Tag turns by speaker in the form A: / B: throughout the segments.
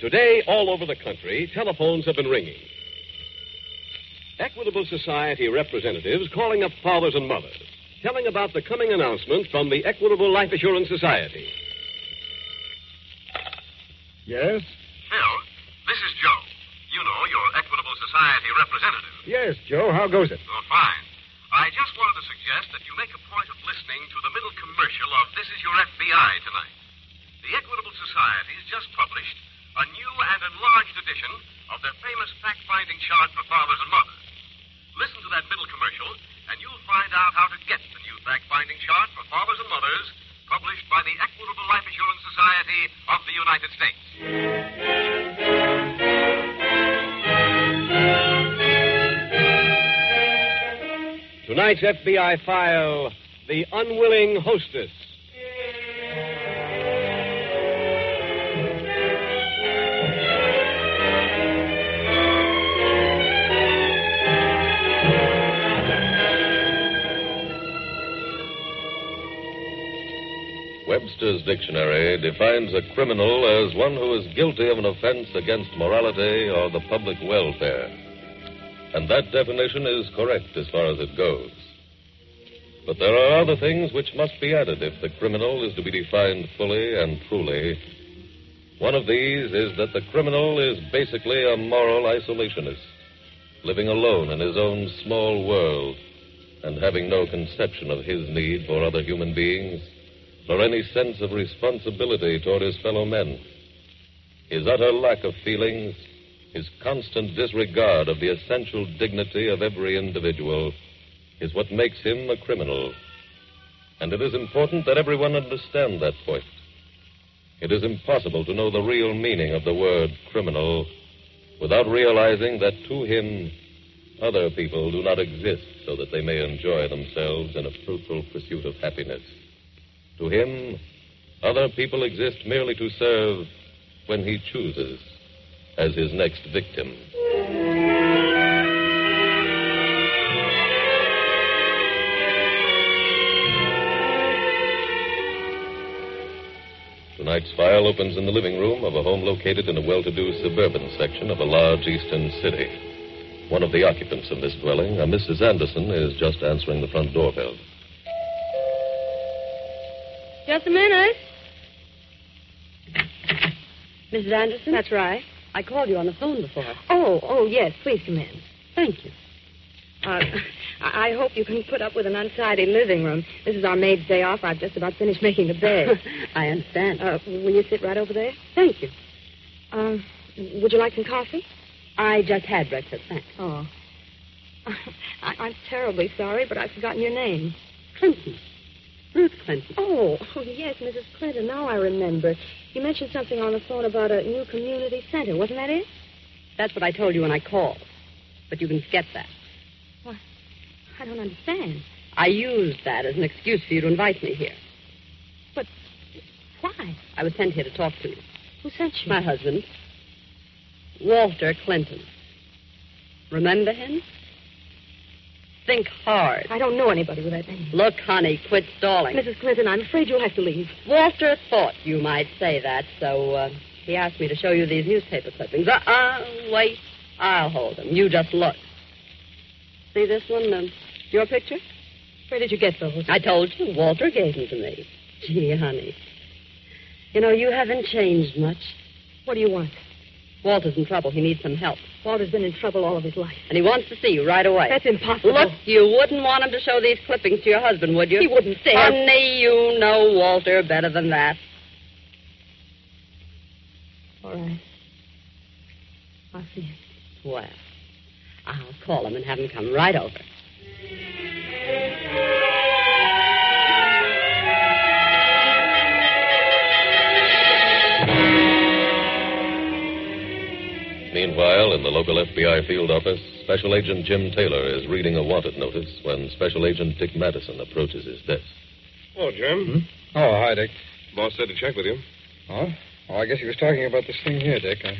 A: Today, all over the country, telephones have been ringing. Equitable Society representatives calling up fathers and mothers, telling about the coming announcement from the Equitable Life Assurance Society.
B: Yes?
C: Phil, this is Joe. You know, your Equitable Society representative.
B: Yes, Joe. How goes it?
C: Oh, fine. I just wanted to suggest that you make a point of listening to the middle commercial of This Is Your FBI tonight. The Equitable Society's just published a new and enlarged edition of their famous fact finding chart for fathers and mothers. Listen to that middle commercial, and you'll find out how to get the new fact finding chart for fathers and mothers published by the Equitable Life Assurance Society of the United States.
A: Tonight's FBI file The Unwilling Hostess.
D: Webster's Dictionary defines a criminal as one who is guilty of an offense against morality or the public welfare. And that definition is correct as far as it goes. But there are other things which must be added if the criminal is to be defined fully and truly. One of these is that the criminal is basically a moral isolationist, living alone in his own small world and having no conception of his need for other human beings nor any sense of responsibility toward his fellow men. His utter lack of feelings, his constant disregard of the essential dignity of every individual, is what makes him a criminal. And it is important that everyone understand that point. It is impossible to know the real meaning of the word criminal without realizing that to him, other people do not exist so that they may enjoy themselves in a fruitful pursuit of happiness. To him, other people exist merely to serve when he chooses as his next victim. Tonight's file opens in the living room of a home located in a well to do suburban section of a large eastern city. One of the occupants of this dwelling, a Mrs. Anderson, is just answering the front doorbell.
E: Just a minute. Mrs. Anderson? That's right. I called you on the phone before. Oh, oh, yes. Please come in. Thank you. Uh, I I hope you can put up with an untidy living room. This is our maid's day off. I've just about finished making the bed. I understand. Uh, will you sit right over there? Thank you. Um, would you like some coffee? I just had breakfast, thanks. Oh. I, I'm terribly sorry, but I've forgotten your name. Clinton. Ruth Clinton. Oh, oh, yes, Mrs. Clinton. Now I remember. You mentioned something on the phone about a new community center. Wasn't that it? That's what I told you when I called. But you can forget that. What? I don't understand. I used that as an excuse for you to invite me here. But why? I was sent here to talk to you. Who sent you? My husband, Walter Clinton. Remember him? Think hard. I don't know anybody with that name. Look, honey, quit stalling. Mrs. Clinton, I'm afraid you'll have to leave. Walter thought you might say that, so uh, he asked me to show you these newspaper clippings. Uh uh, wait. I'll hold them. You just look. See this one? Um, uh, your picture? Where did you get those?
F: I told you, Walter gave them to me. Gee, honey. You know, you haven't changed much.
E: What do you want?
F: Walter's in trouble. He needs some help.
E: Walter's been in trouble all of his life.
F: And he wants to see you right away.
E: That's impossible.
F: Look, you wouldn't want him to show these clippings to your husband, would you?
E: He wouldn't dare.
F: Honey, you know Walter better than that.
E: All right. I'll see him.
F: Well, I'll call him and have him come right over.
D: Meanwhile, in the local FBI field office, Special Agent Jim Taylor is reading a wanted notice when Special Agent Dick Madison approaches his desk.
B: Hello, Jim. Oh, hi, Dick.
C: Boss said to check with you.
B: Oh? Oh, I guess he was talking about this thing here, Dick. I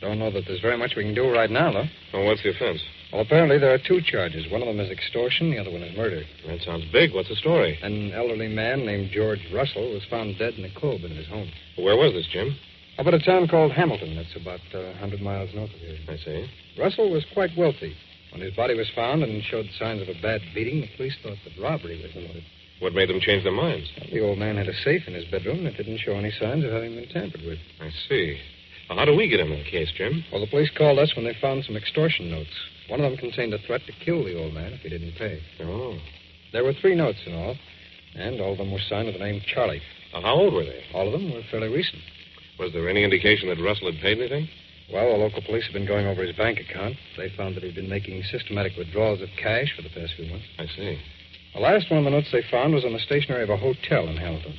B: don't know that there's very much we can do right now, though.
C: Oh, what's the offense?
B: Well, apparently there are two charges. One of them is extortion, the other one is murder.
C: That sounds big. What's the story?
B: An elderly man named George Russell was found dead in a cove in his home.
C: Where was this, Jim?
B: Up at a town called Hamilton. That's about uh, 100 miles north of here.
C: I see.
B: Russell was quite wealthy. When his body was found and showed signs of a bad beating, the police thought that robbery was the motive.
C: What made them change their minds?
B: The old man had a safe in his bedroom that didn't show any signs of having been tampered with.
C: I see. Now, how do we get into the case, Jim?
B: Well, the police called us when they found some extortion notes. One of them contained a threat to kill the old man if he didn't pay.
C: Oh.
B: There were three notes in all, and all of them were signed with the name Charlie.
C: Now, how old were they?
B: All of them were fairly recent.
C: Was there any indication that Russell had paid anything?
B: Well, the local police had been going over his bank account. They found that he'd been making systematic withdrawals of cash for the past few months.
C: I see.
B: The last one of the notes they found was on the stationery of a hotel in Hamilton.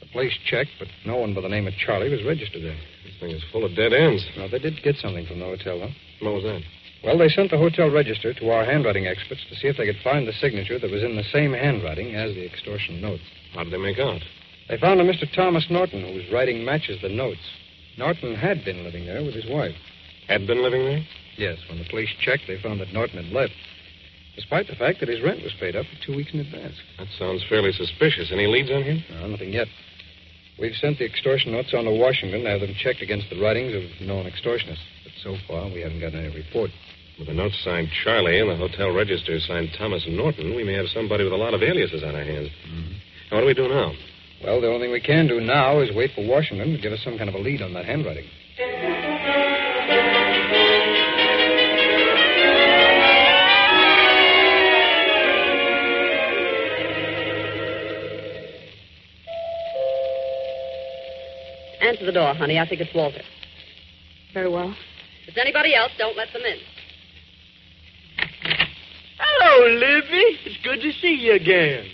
B: The police checked, but no one by the name of Charlie was registered there.
C: This thing is full of dead ends.
B: Now, they did get something from the hotel, though.
C: What was that?
B: Well, they sent the hotel register to our handwriting experts to see if they could find the signature that was in the same handwriting as the extortion notes.
C: How did they make out?
B: They found a Mr. Thomas Norton whose writing matches the notes. Norton had been living there with his wife.
C: Had been living there?
B: Yes, when the police checked, they found that Norton had left, despite the fact that his rent was paid up for two weeks in advance.
C: That sounds fairly suspicious. Any leads on him?
B: No, nothing yet. We've sent the extortion notes on to Washington to have them checked against the writings of known extortionists. But so far, we haven't gotten any report.
C: With the note signed Charlie and the hotel register signed Thomas Norton, we may have somebody with a lot of aliases on our hands.
G: Mm-hmm.
C: Now, What do we do now?
B: Well, the only thing we can do now is wait for Washington to give us some kind of a lead on that handwriting.
F: Answer the door, honey. I think it's Walter.
E: Very well.
F: If it's anybody else, don't let them in.
G: Hello, Libby. It's good to see you again.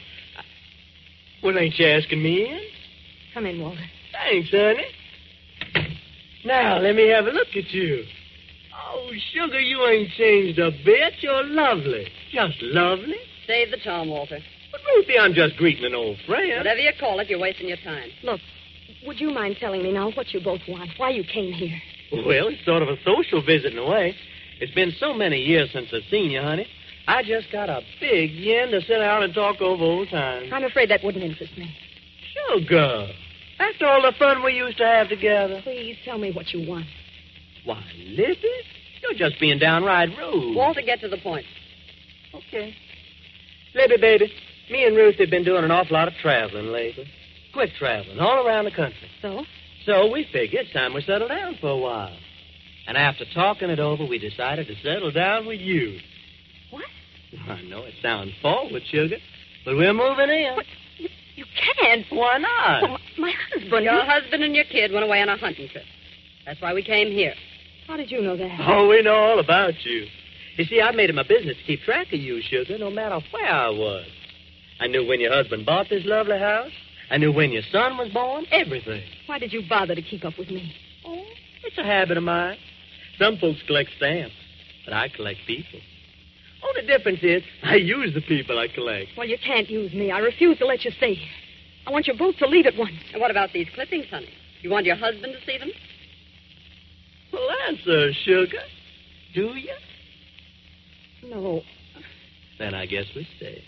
G: Well, ain't you asking me in?
E: Come in, Walter.
G: Thanks, honey. Now, let me have a look at you. Oh, sugar, you ain't changed a bit. You're lovely. Just lovely.
F: Save the charm, Walter.
G: But Ruthie, I'm just greeting an old friend.
F: Whatever you call it, you're wasting your time.
E: Look, would you mind telling me now what you both want? Why you came here?
G: Well, it's sort of a social visit in a way. It's been so many years since I've seen you, honey. I just got a big yen to sit down and talk over old times.
E: I'm afraid that wouldn't interest me.
G: Sugar, after all the fun we used to have together.
E: Please tell me what you want.
G: Why, Lizzie, you're just being downright rude.
F: Walter, get to the point.
G: Okay. Libby, baby, me and Ruth have been doing an awful lot of traveling lately. Quick traveling, all around the country.
E: So?
G: So we figured it's time we settled down for a while. And after talking it over, we decided to settle down with you.
E: What?
G: I know it sounds forward, sugar, but we're moving in.
E: What? You, you can't.
G: Why not?
E: Well, my husband.
F: Your husband and your kid went away on a hunting trip. That's why we came here.
E: How did you know that?
G: Oh, we know all about you. You see, I made it my business to keep track of you, sugar, no matter where I was. I knew when your husband bought this lovely house. I knew when your son was born. Everything.
E: Why did you bother to keep up with me?
G: Oh, it's a habit of mine. Some folks collect stamps, but I collect people. Oh, the difference is I use the people I collect.
E: Well, you can't use me. I refuse to let you stay here. I want you both to leave at once.
F: And what about these clippings, honey? You want your husband to see them?
G: Well, answer, sugar. Do you?
E: No.
G: Then I guess we stay.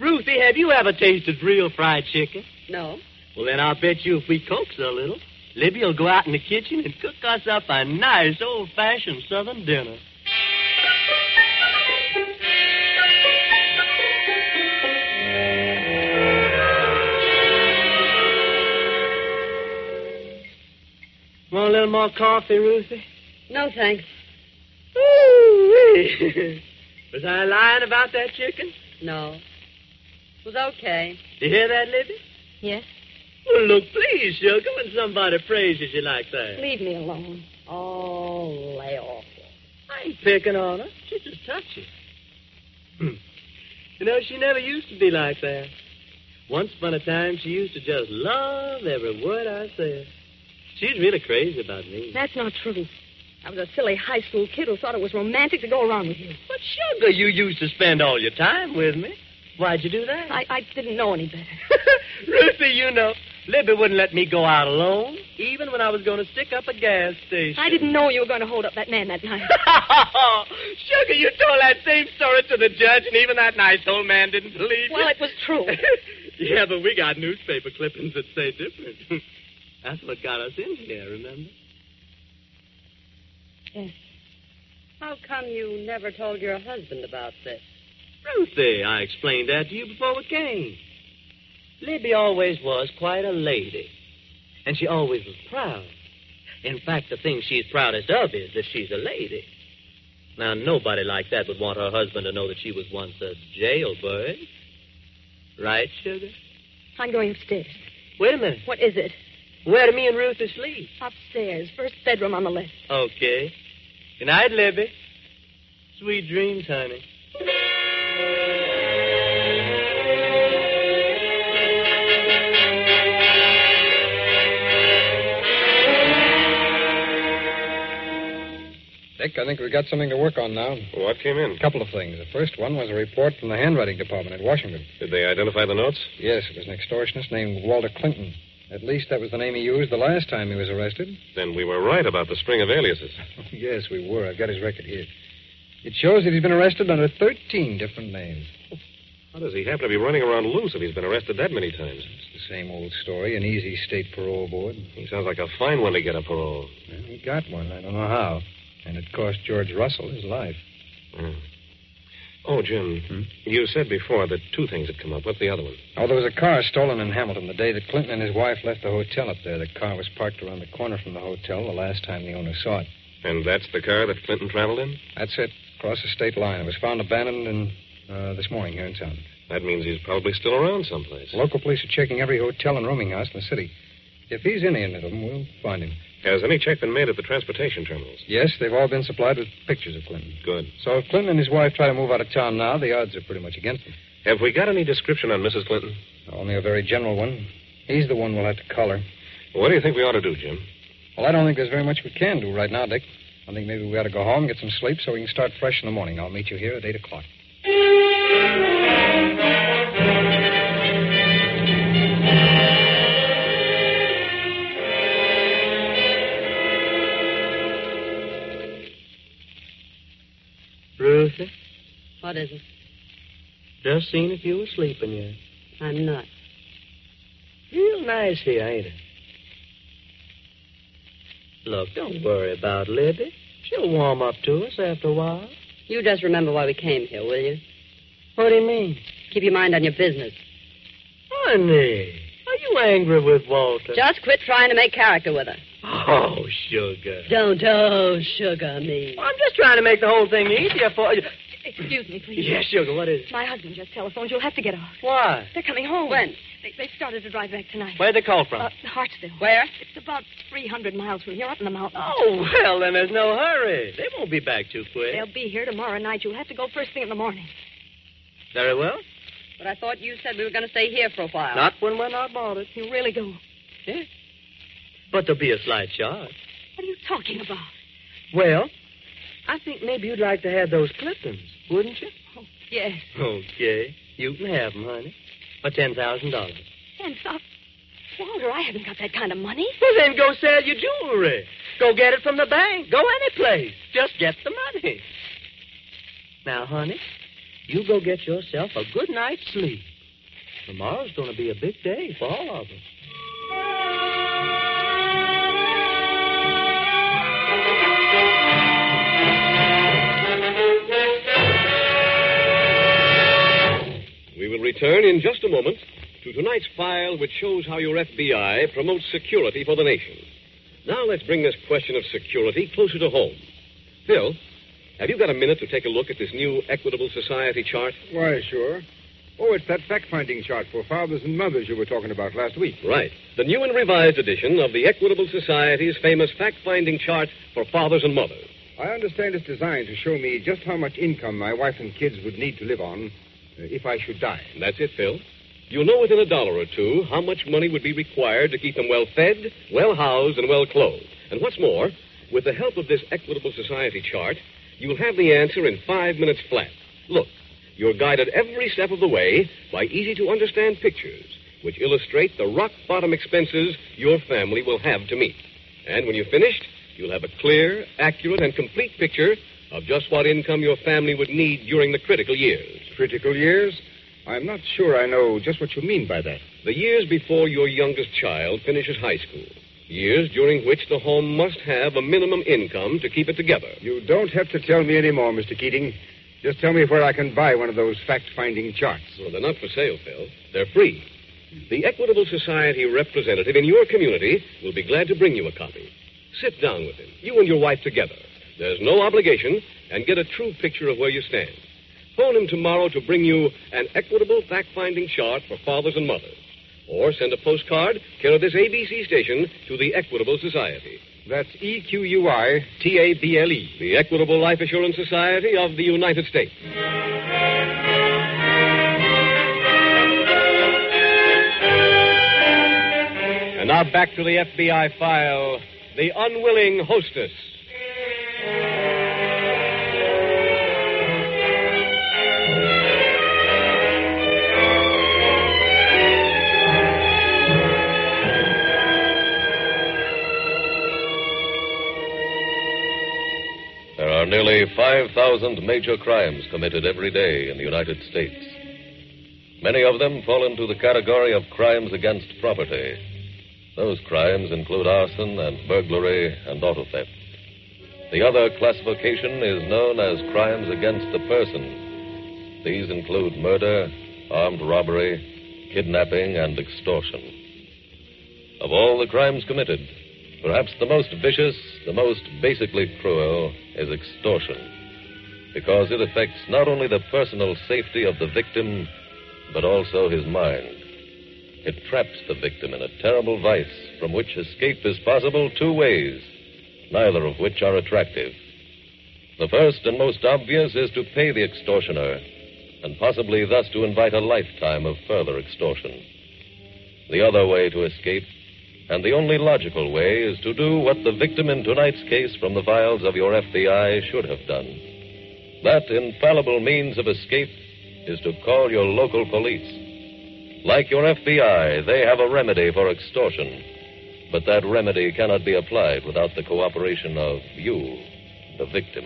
G: Ruthie, have you ever tasted real fried chicken?
F: No.
G: Well, then I'll bet you if we coax her a little, Libby will go out in the kitchen and cook us up a nice old fashioned southern dinner. little more coffee, Ruthie?
F: No, thanks.
G: Ooh-wee. Was I lying about that chicken?
F: No. It was okay.
G: You hear that, Libby?
F: Yes?
G: Well, look, please, sugar, when somebody praises you like that.
F: Leave me alone. Oh, lay off.
G: I ain't picking on her. She just touchy. Hmm. you know, she never used to be like that. Once upon a time, she used to just love every word I said. She's really crazy about me.
E: That's not true. I was a silly high school kid who thought it was romantic to go around with you.
G: But, sugar, you used to spend all your time with me. Why'd you do that?
E: I, I didn't know any better.
G: Ruthie, you know, Libby wouldn't let me go out alone, even when I was going to stick up a gas station.
E: I didn't know you were going to hold up that man that night.
G: Sugar, you told that same story to the judge, and even that nice old man didn't believe
E: well, it was true.
G: you. yeah, but we got newspaper clippings that say different. That's what got us in here, remember?
F: Yes. How come you never told your husband about this?
G: Ruthie, I explained that to you before we came. Libby always was quite a lady, and she always was proud. In fact, the thing she's proudest of is that she's a lady. Now, nobody like that would want her husband to know that she was once a jailbird. Right, Sugar?
E: I'm going upstairs.
G: Wait a minute.
E: What is it?
G: Where do me and Ruthie sleep?
E: Upstairs. First bedroom on the left.
G: Okay. Good night, Libby. Sweet dreams, honey.
B: Dick, I think we've got something to work on now.
H: What came in?
B: A couple of things. The first one was a report from the handwriting department at Washington.
H: Did they identify the notes?
B: Yes, it was an extortionist named Walter Clinton. At least that was the name he used the last time he was arrested.
H: Then we were right about the string of aliases.
B: yes, we were. I've got his record here. It shows that he's been arrested under 13 different names.
H: How does he happen to be running around loose if he's been arrested that many times?
B: It's the same old story, an easy state parole board.
H: He sounds like a fine one to get a parole.
B: Well, he got one. I don't know how. And it cost George Russell his life.
H: Mm. Oh, Jim, you said before that two things had come up. What's the other one?
B: Oh, there was a car stolen in Hamilton the day that Clinton and his wife left the hotel up there. The car was parked around the corner from the hotel the last time the owner saw it.
H: And that's the car that Clinton traveled in?
B: That's it, across the state line. It was found abandoned in, uh, this morning here in town.
H: That means he's probably still around someplace.
B: Local police are checking every hotel and rooming house in the city. If he's in any of them, we'll find him.
H: Has any check been made at the transportation terminals?
B: Yes, they've all been supplied with pictures of Clinton.
H: Good.
B: So if Clinton and his wife try to move out of town now, the odds are pretty much against them.
H: Have we got any description on Mrs. Clinton?
B: Only a very general one. He's the one we'll have to collar.
H: What do you think we ought to do, Jim?
B: Well, I don't think there's very much we can do right now, Dick. I think maybe we ought to go home, get some sleep, so we can start fresh in the morning. I'll meet you here at 8 o'clock.
G: Ruthie,
F: What is it?
G: just seen if you were sleeping yet.
F: I'm not.
G: Real nice here, ain't it? Look, don't worry about Libby. She'll warm up to us after a while.
F: You just remember why we came here, will you?
G: What do you mean?
F: Keep your mind on your business.
G: Honey, are you angry with Walter?
F: Just quit trying to make character with her.
G: Oh, sugar.
F: Don't, oh, sugar me.
G: I'm just trying to make the whole thing easier for you.
E: Excuse me, please.
G: Yeah, sugar, what is it?
E: My husband just telephoned. You'll have to get off.
G: Why?
E: They're coming home.
F: When?
E: They, they started to drive back tonight.
G: Where'd they call from?
E: Uh, Hartsville.
F: Where?
E: It's about 300 miles from here, up in the mountains.
G: oh, well, then there's no hurry. They won't be back too quick.
E: They'll be here tomorrow night. You'll have to go first thing in the morning.
G: Very well.
F: But I thought you said we were going to stay here for a while.
G: Not when we're not bothered.
E: You really go. What
G: Yeah. Eh? But there'll be a slight charge.
E: are you talking about?
G: Well, I think maybe you'd like to have those clippings, wouldn't you?
E: Yes.
G: Okay. You can have them, honey. For ten thousand dollars.
E: And stop. Walter, I haven't got that kind of money.
G: Well, then go sell your jewelry. Go get it from the bank. Go any place. Just get the money. Now, honey, you go get yourself a good night's sleep. Tomorrow's going to be a big day for all of us.
A: We will return in just a moment to tonight's file, which shows how your FBI promotes security for the nation. Now let's bring this question of security closer to home. Phil, have you got a minute to take a look at this new Equitable Society chart?
B: Why, sure. Oh, it's that fact finding chart for fathers and mothers you were talking about last week.
A: Right. The new and revised edition of the Equitable Society's famous fact finding chart for fathers and mothers.
B: I understand it's designed to show me just how much income my wife and kids would need to live on uh, if I should die.
A: And that's it, Phil. You'll know within a dollar or two how much money would be required to keep them well fed, well housed, and well clothed. And what's more, with the help of this Equitable Society chart, you'll have the answer in five minutes flat. Look, you're guided every step of the way by easy to understand pictures, which illustrate the rock bottom expenses your family will have to meet. And when you've finished, you'll have a clear, accurate, and complete picture of just what income your family would need during the critical years.
B: Critical years? I'm not sure I know just what you mean by that.
A: The years before your youngest child finishes high school. Years during which the home must have a minimum income to keep it together.
B: You don't have to tell me any more, Mr. Keating. Just tell me where I can buy one of those fact finding charts.
A: Well, they're not for sale, Phil. They're free. The Equitable Society representative in your community will be glad to bring you a copy. Sit down with him, you and your wife together. There's no obligation, and get a true picture of where you stand. Phone him tomorrow to bring you an equitable fact finding chart for fathers and mothers. Or send a postcard, care of this ABC station, to the Equitable Society.
B: That's E Q U I
A: T A B L E. The Equitable Life Assurance Society of the United States. And now back to the FBI file The Unwilling Hostess.
D: There are nearly 5,000 major crimes committed every day in the United States. Many of them fall into the category of crimes against property. Those crimes include arson and burglary and auto theft. The other classification is known as crimes against the person. These include murder, armed robbery, kidnapping, and extortion. Of all the crimes committed, Perhaps the most vicious, the most basically cruel, is extortion, because it affects not only the personal safety of the victim, but also his mind. It traps the victim in a terrible vice from which escape is possible two ways, neither of which are attractive. The first and most obvious is to pay the extortioner, and possibly thus to invite a lifetime of further extortion. The other way to escape and the only logical way is to do what the victim in tonight's case from the files of your FBI should have done. That infallible means of escape is to call your local police. Like your FBI, they have a remedy for extortion, but that remedy cannot be applied without the cooperation of you, the victim.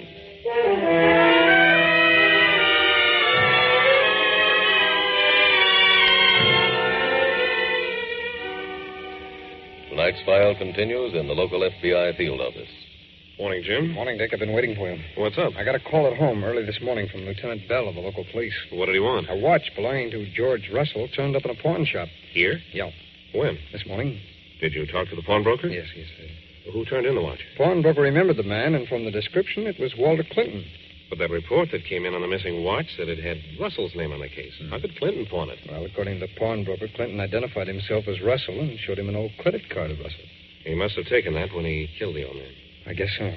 D: Tonight's file continues in the local FBI field office.
H: Morning, Jim.
B: Morning, Dick. I've been waiting for you.
H: What's up?
B: I got a call at home early this morning from Lieutenant Bell of the local police.
H: What did he want?
B: A watch belonging to George Russell turned up in a pawn shop
H: Here?
B: Yeah.
H: When?
B: this morning.
H: Did you talk to the
A: Hmm.
H: pawnbroker?
B: Yes, yes. sir.
H: Who turned in the watch?
B: Pawnbroker remembered the man, and from the description, it was Walter Clinton.
H: But that report that came in on the missing watch said it had Russell's name on the case.
A: Mm.
H: How could Clinton pawn it?
B: Well, according to the pawnbroker, Clinton identified himself as Russell and showed him an old credit card of Russell.
H: He must have taken that when he killed the old man.
B: I guess so.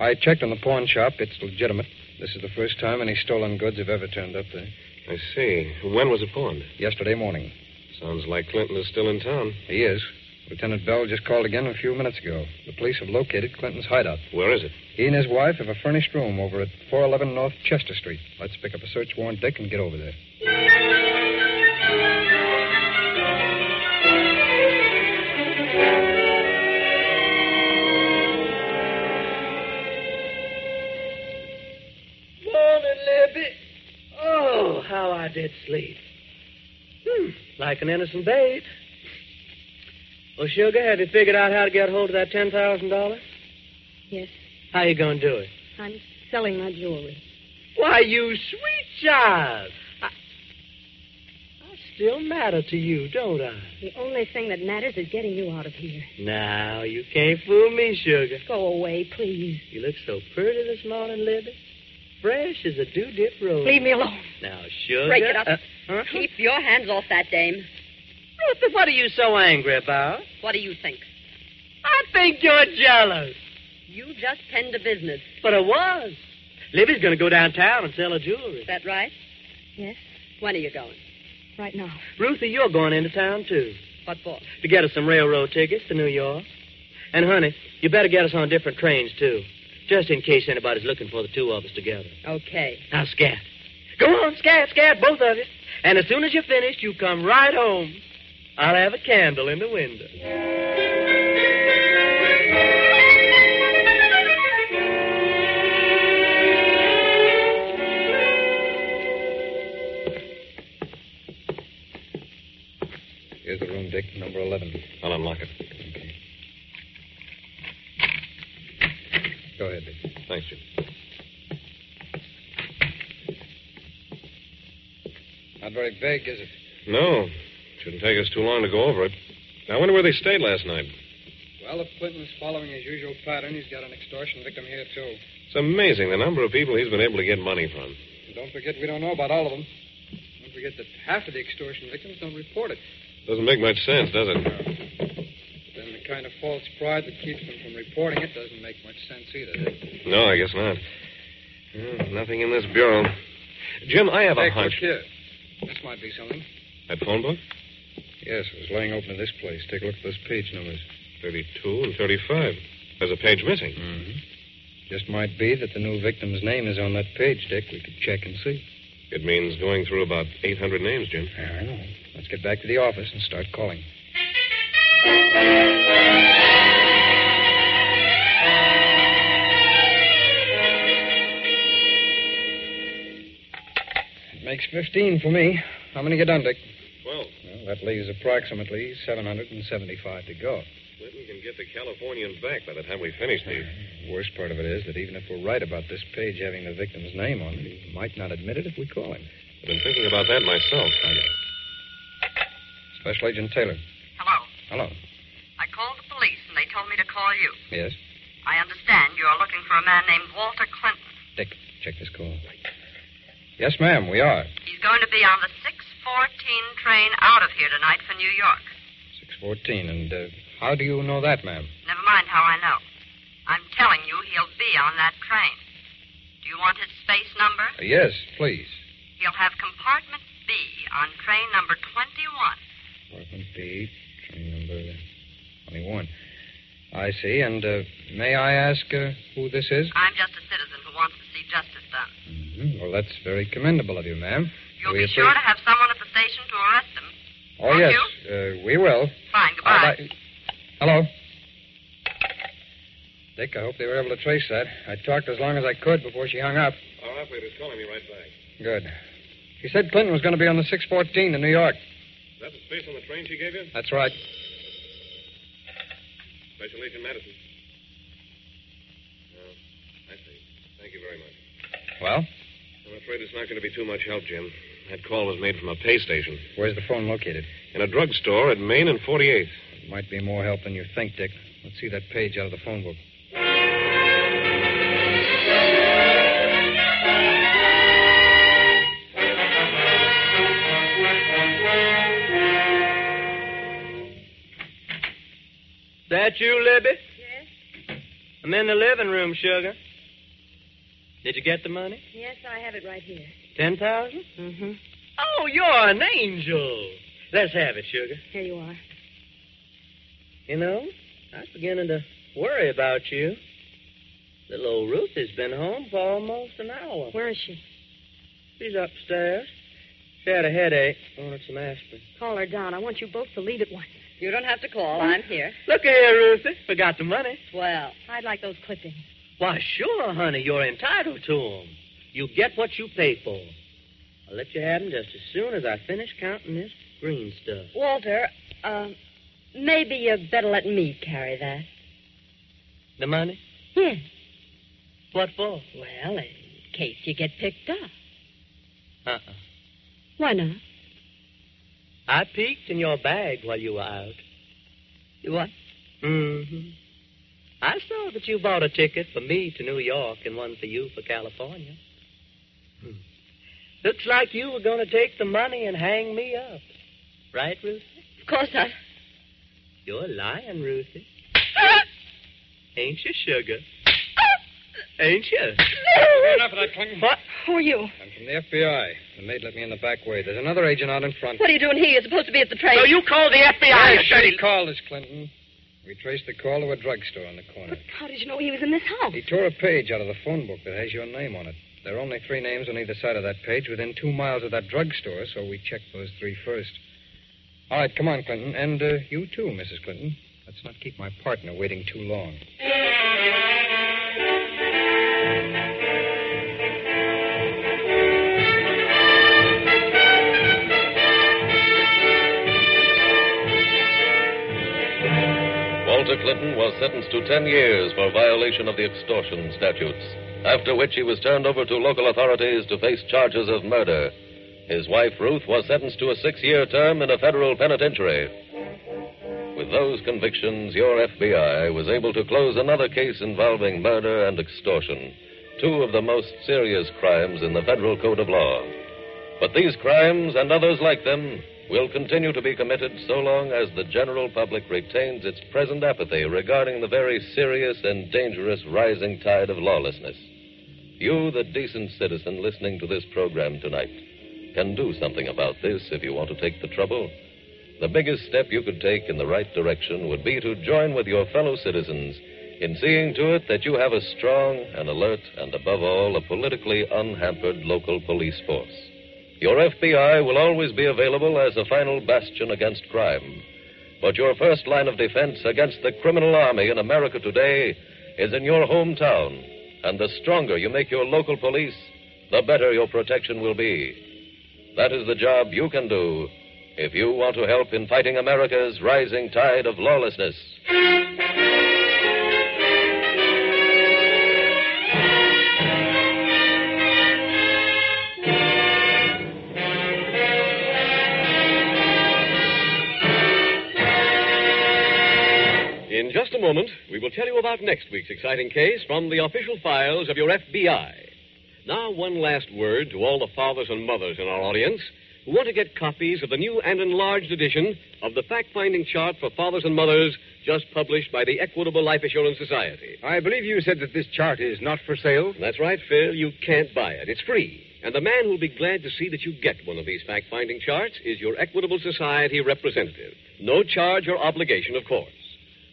B: I checked on the pawn shop. It's legitimate. This is the first time any stolen goods have ever turned up there.
H: I see. When was it pawned?
B: Yesterday morning.
H: Sounds like Clinton is still in town.
B: He is. Lieutenant Bell just called again a few minutes ago. The police have located Clinton's hideout.
H: Where is it?
B: He and his wife have a furnished room over at 411 North Chester Street. Let's pick up a search warrant, Dick, and get over there.
G: Morning, Libby. Oh, how I did sleep. Hmm, like an innocent babe. Well, Sugar, have you figured out how to get hold of that $10,000?
E: Yes,
G: How you going to do it?
E: I'm selling my jewelry.
G: Why, you sweet child. I, I still matter to you, don't I?
E: The only thing that matters is getting you out of here.
G: Now, you can't fool me, sugar.
E: Go away, please.
G: You look so pretty this morning, Libby. Fresh as a dew dip rose.
E: Leave me alone.
G: Now, sugar.
E: Break it up.
G: Uh, huh?
E: Keep your hands off that dame.
G: Ruthie, what are you so angry about?
E: What do you think?
G: I think you're jealous.
E: You just tend to business.
G: But I was. Libby's going to go downtown and sell her jewelry.
E: Is that right?
I: Yes,
E: When are you going?
I: right now.
G: Ruthie, you're going into town, too,
E: What for?
G: to get us some railroad tickets to New York. And, honey, you better get us on different trains, too, just in case anybody's looking for the two of us together.
E: Okay.
G: Now, scat. Go on, scat, scat, both of you. And as soon as you're finished, you come right home. I'll have a candle in the window.
B: Here's the room, Dick, number 11.
A: I'll unlock it.
B: Go ahead, Dick.
A: Thanks, Jim.
B: Not very big, is it?
A: No. Shouldn't take us too long to go over it. I wonder where they stayed last night.
B: Well, if Clinton's following his usual pattern, he's got an extortion victim here, too.
A: It's amazing the number of people he's been able to get money from.
B: And don't forget, we don't know about all of them. Don't forget that half of the extortion victims don't report it.
A: Doesn't make much sense, does it?
B: Then the kind of false pride that keeps them from reporting it doesn't make much sense either. does it?
A: No, I guess not. Yeah, nothing in this bureau. Jim, I have a
B: Dick,
A: hunch.
B: look here. This might be something.
A: That phone book?
B: Yes, it was laying open in this place. Take a look at those page numbers.
A: 32 and 35. There's a page missing.
B: Mm-hmm. Just might be that the new victim's name is on that page, Dick. We could check and see.
A: It means going through about 800 names, Jim.
B: Yeah, I know. Let's get back to the office and start calling. It makes 15 for me. How many get done, Dick?
A: Well,
B: Well, that leaves approximately 775 to go.
A: Clinton can get the Californian back by the time we finish these.
B: Worst part of it is that even if we're right about this page having the victim's name on it, he might not admit it if we call him.
A: I've been thinking about that myself.
B: Special Agent Taylor.
F: Hello.
B: Hello.
F: I called the police and they told me to call you.
B: Yes?
F: I understand you are looking for a man named Walter Clinton.
B: Dick, check this call. Yes, ma'am, we are.
F: He's going to be on the 614 train out of here tonight for New York.
B: 614. And uh, how do you know that, ma'am?
F: Never mind how I know. I'm telling you he'll be on that train. Do you want his space number?
B: Uh, yes, please.
F: He'll have compartment B on train number 21.
B: Apartment B, train number 21. I see. And uh, may I ask uh, who this is?
F: I'm just a citizen who wants to see justice done.
B: Mhm. Well, that's very commendable of you, ma'am.
F: You'll
B: We
F: be sure
B: appre-
F: to have someone at the station to arrest him.
B: Oh,
F: Thank
B: yes, uh, we will.
F: Fine,
B: I'd
F: goodbye.
B: like- Hello. Dick, I hope they were able to trace that. I talked as long as I could before she hung up.
A: Our operator's calling me right back.
B: Good. She said Clinton was going to be on the 614 to New York.
A: Is that the space on the train she gave you?
B: That's right.
A: Special Agent Madison. Oh, I see. Thank you very much.
B: Well,
A: I'm afraid it's not going to be too much help, Jim. That call was made from a pay station
B: where's the phone located?
A: in a drugstore at Main and 48th.
B: It might be more help than you think, Dick. Let's see that page out of the phone book.
G: That you, Libby?
E: Yes,
G: I'm in the living room, sugar. Did you get the money?
E: yes, I have it right here.
G: Ten thousand?
E: Mm-hmm.
G: Oh, you're an angel. Let's have it, sugar.
E: Here you are.
G: You know, I was beginning to worry about you. Little old Ruthie's been home for almost an hour.
E: Where is she?
G: She's upstairs. She had a headache. Wanted some aspirin.
E: Call her down. I want you both to leave at once.
F: You don't have to call. I'm here.
G: Look here, Ruthie. Forgot the money.
F: Well,
E: I'd like those clippings.
G: Why, sure, honey. You're entitled to 'em. You get what you pay for. I'll let you have 'em just as soon as I finish counting this green stuff.
E: Walter, um, maybe you'd better let me carry that.
G: The money?
E: Yes.
G: What for?
E: Well, in case you get picked up.
G: Uh-uh.
E: Why not?
G: I peeked in your bag while you were out. You what? Mm-hmm. I saw that you bought a ticket for me to New York and one for you for California. Hmm. Looks like you were going to take the money and hang me up. Right, Ruthie?
F: Of course not.
G: You're lying, Ruthie. Ain't you, sugar? Ain't you?
B: Enough of that, Clinton.
F: What? Who are you?
B: I'm from the FBI. The maid let me in the back way. There's another agent out in front.
F: What are you doing here? You're supposed to be at the train.
G: No, you call the FBI.
B: Hey, Shady called us, Clinton. We traced the call to a drugstore on the corner.
F: How did you know he was in this house?
B: He tore a page out of the phone book that has your name on it. There are only three names on either side of that page within two miles of that drugstore, so we checked those three first. All right, come on, Clinton. And uh, you too, Mrs. Clinton. Let's not keep my partner waiting too long.
D: Walter Clinton was sentenced to 10 years for violation of the extortion statutes, after which he was turned over to local authorities to face charges of murder. His wife, Ruth, was sentenced to a six year term in a federal penitentiary. With those convictions, your FBI was able to close another case involving murder and extortion, two of the most serious crimes in the federal code of law. But these crimes and others like them will continue to be committed so long as the general public retains its present apathy regarding the very serious and dangerous rising tide of lawlessness. You, the decent citizen listening to this program tonight, can do something about this if you want to take the trouble. The biggest step you could take in the right direction would be to join with your fellow citizens in seeing to it that you have a strong and alert and, above all, a politically unhampered local police force. Your FBI will always be available as a final bastion against crime. But your first line of defense against the criminal army in America today is in your hometown. And the stronger you make your local police, the better your protection will be. That is the job you can do if you want to help in fighting America's rising tide of lawlessness.
A: In just a moment, we will tell you about next week's exciting case from the official files of your FBI. Now, one last word to all the fathers and mothers in our audience who want to get copies of the new and enlarged edition of the fact finding chart for fathers and mothers just published by the Equitable Life Assurance Society.
J: I believe you said that this chart is not for sale.
A: That's right, Phil. You can't buy it. It's free. And the man who'll be glad to see that you get one of these fact finding charts is your Equitable Society representative. No charge or obligation, of course.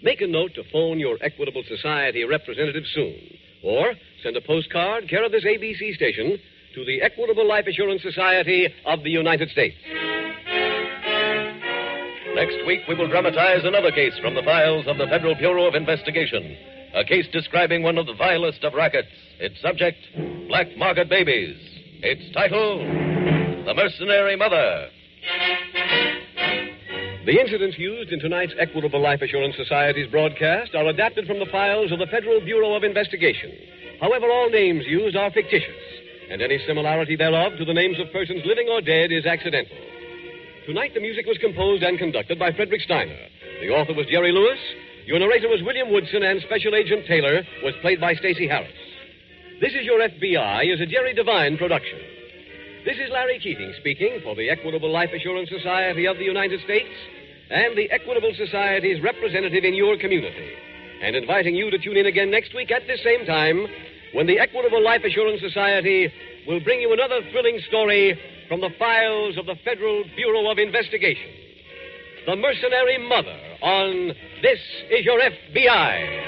A: Make a note to phone your Equitable Society representative soon, or send a postcard care of this ABC station to the Equitable Life Assurance Society of the United States.
D: Next week, we will dramatize another case from the files of the Federal Bureau of Investigation. A case describing one of the vilest of rackets. Its subject, black market babies. Its title, The Mercenary Mother.
A: The incidents used in tonight's Equitable Life Assurance Society's broadcast are adapted from the files of the Federal Bureau of Investigation. However, all names used are fictitious, and any similarity thereof to the names of persons living or dead is accidental. Tonight, the music was composed and conducted by Frederick Steiner. The author was Jerry Lewis. Your narrator was William Woodson, and Special Agent Taylor was played by Stacey Harris. This is Your FBI is a Jerry Devine production. This is Larry Keating speaking for the Equitable Life Assurance Society of the United States and the Equitable Society's representative in your community, and inviting you to tune in again next week at this same time when the Equitable Life Assurance Society will bring you another thrilling story from the files of the Federal Bureau of Investigation The Mercenary Mother on This Is Your FBI.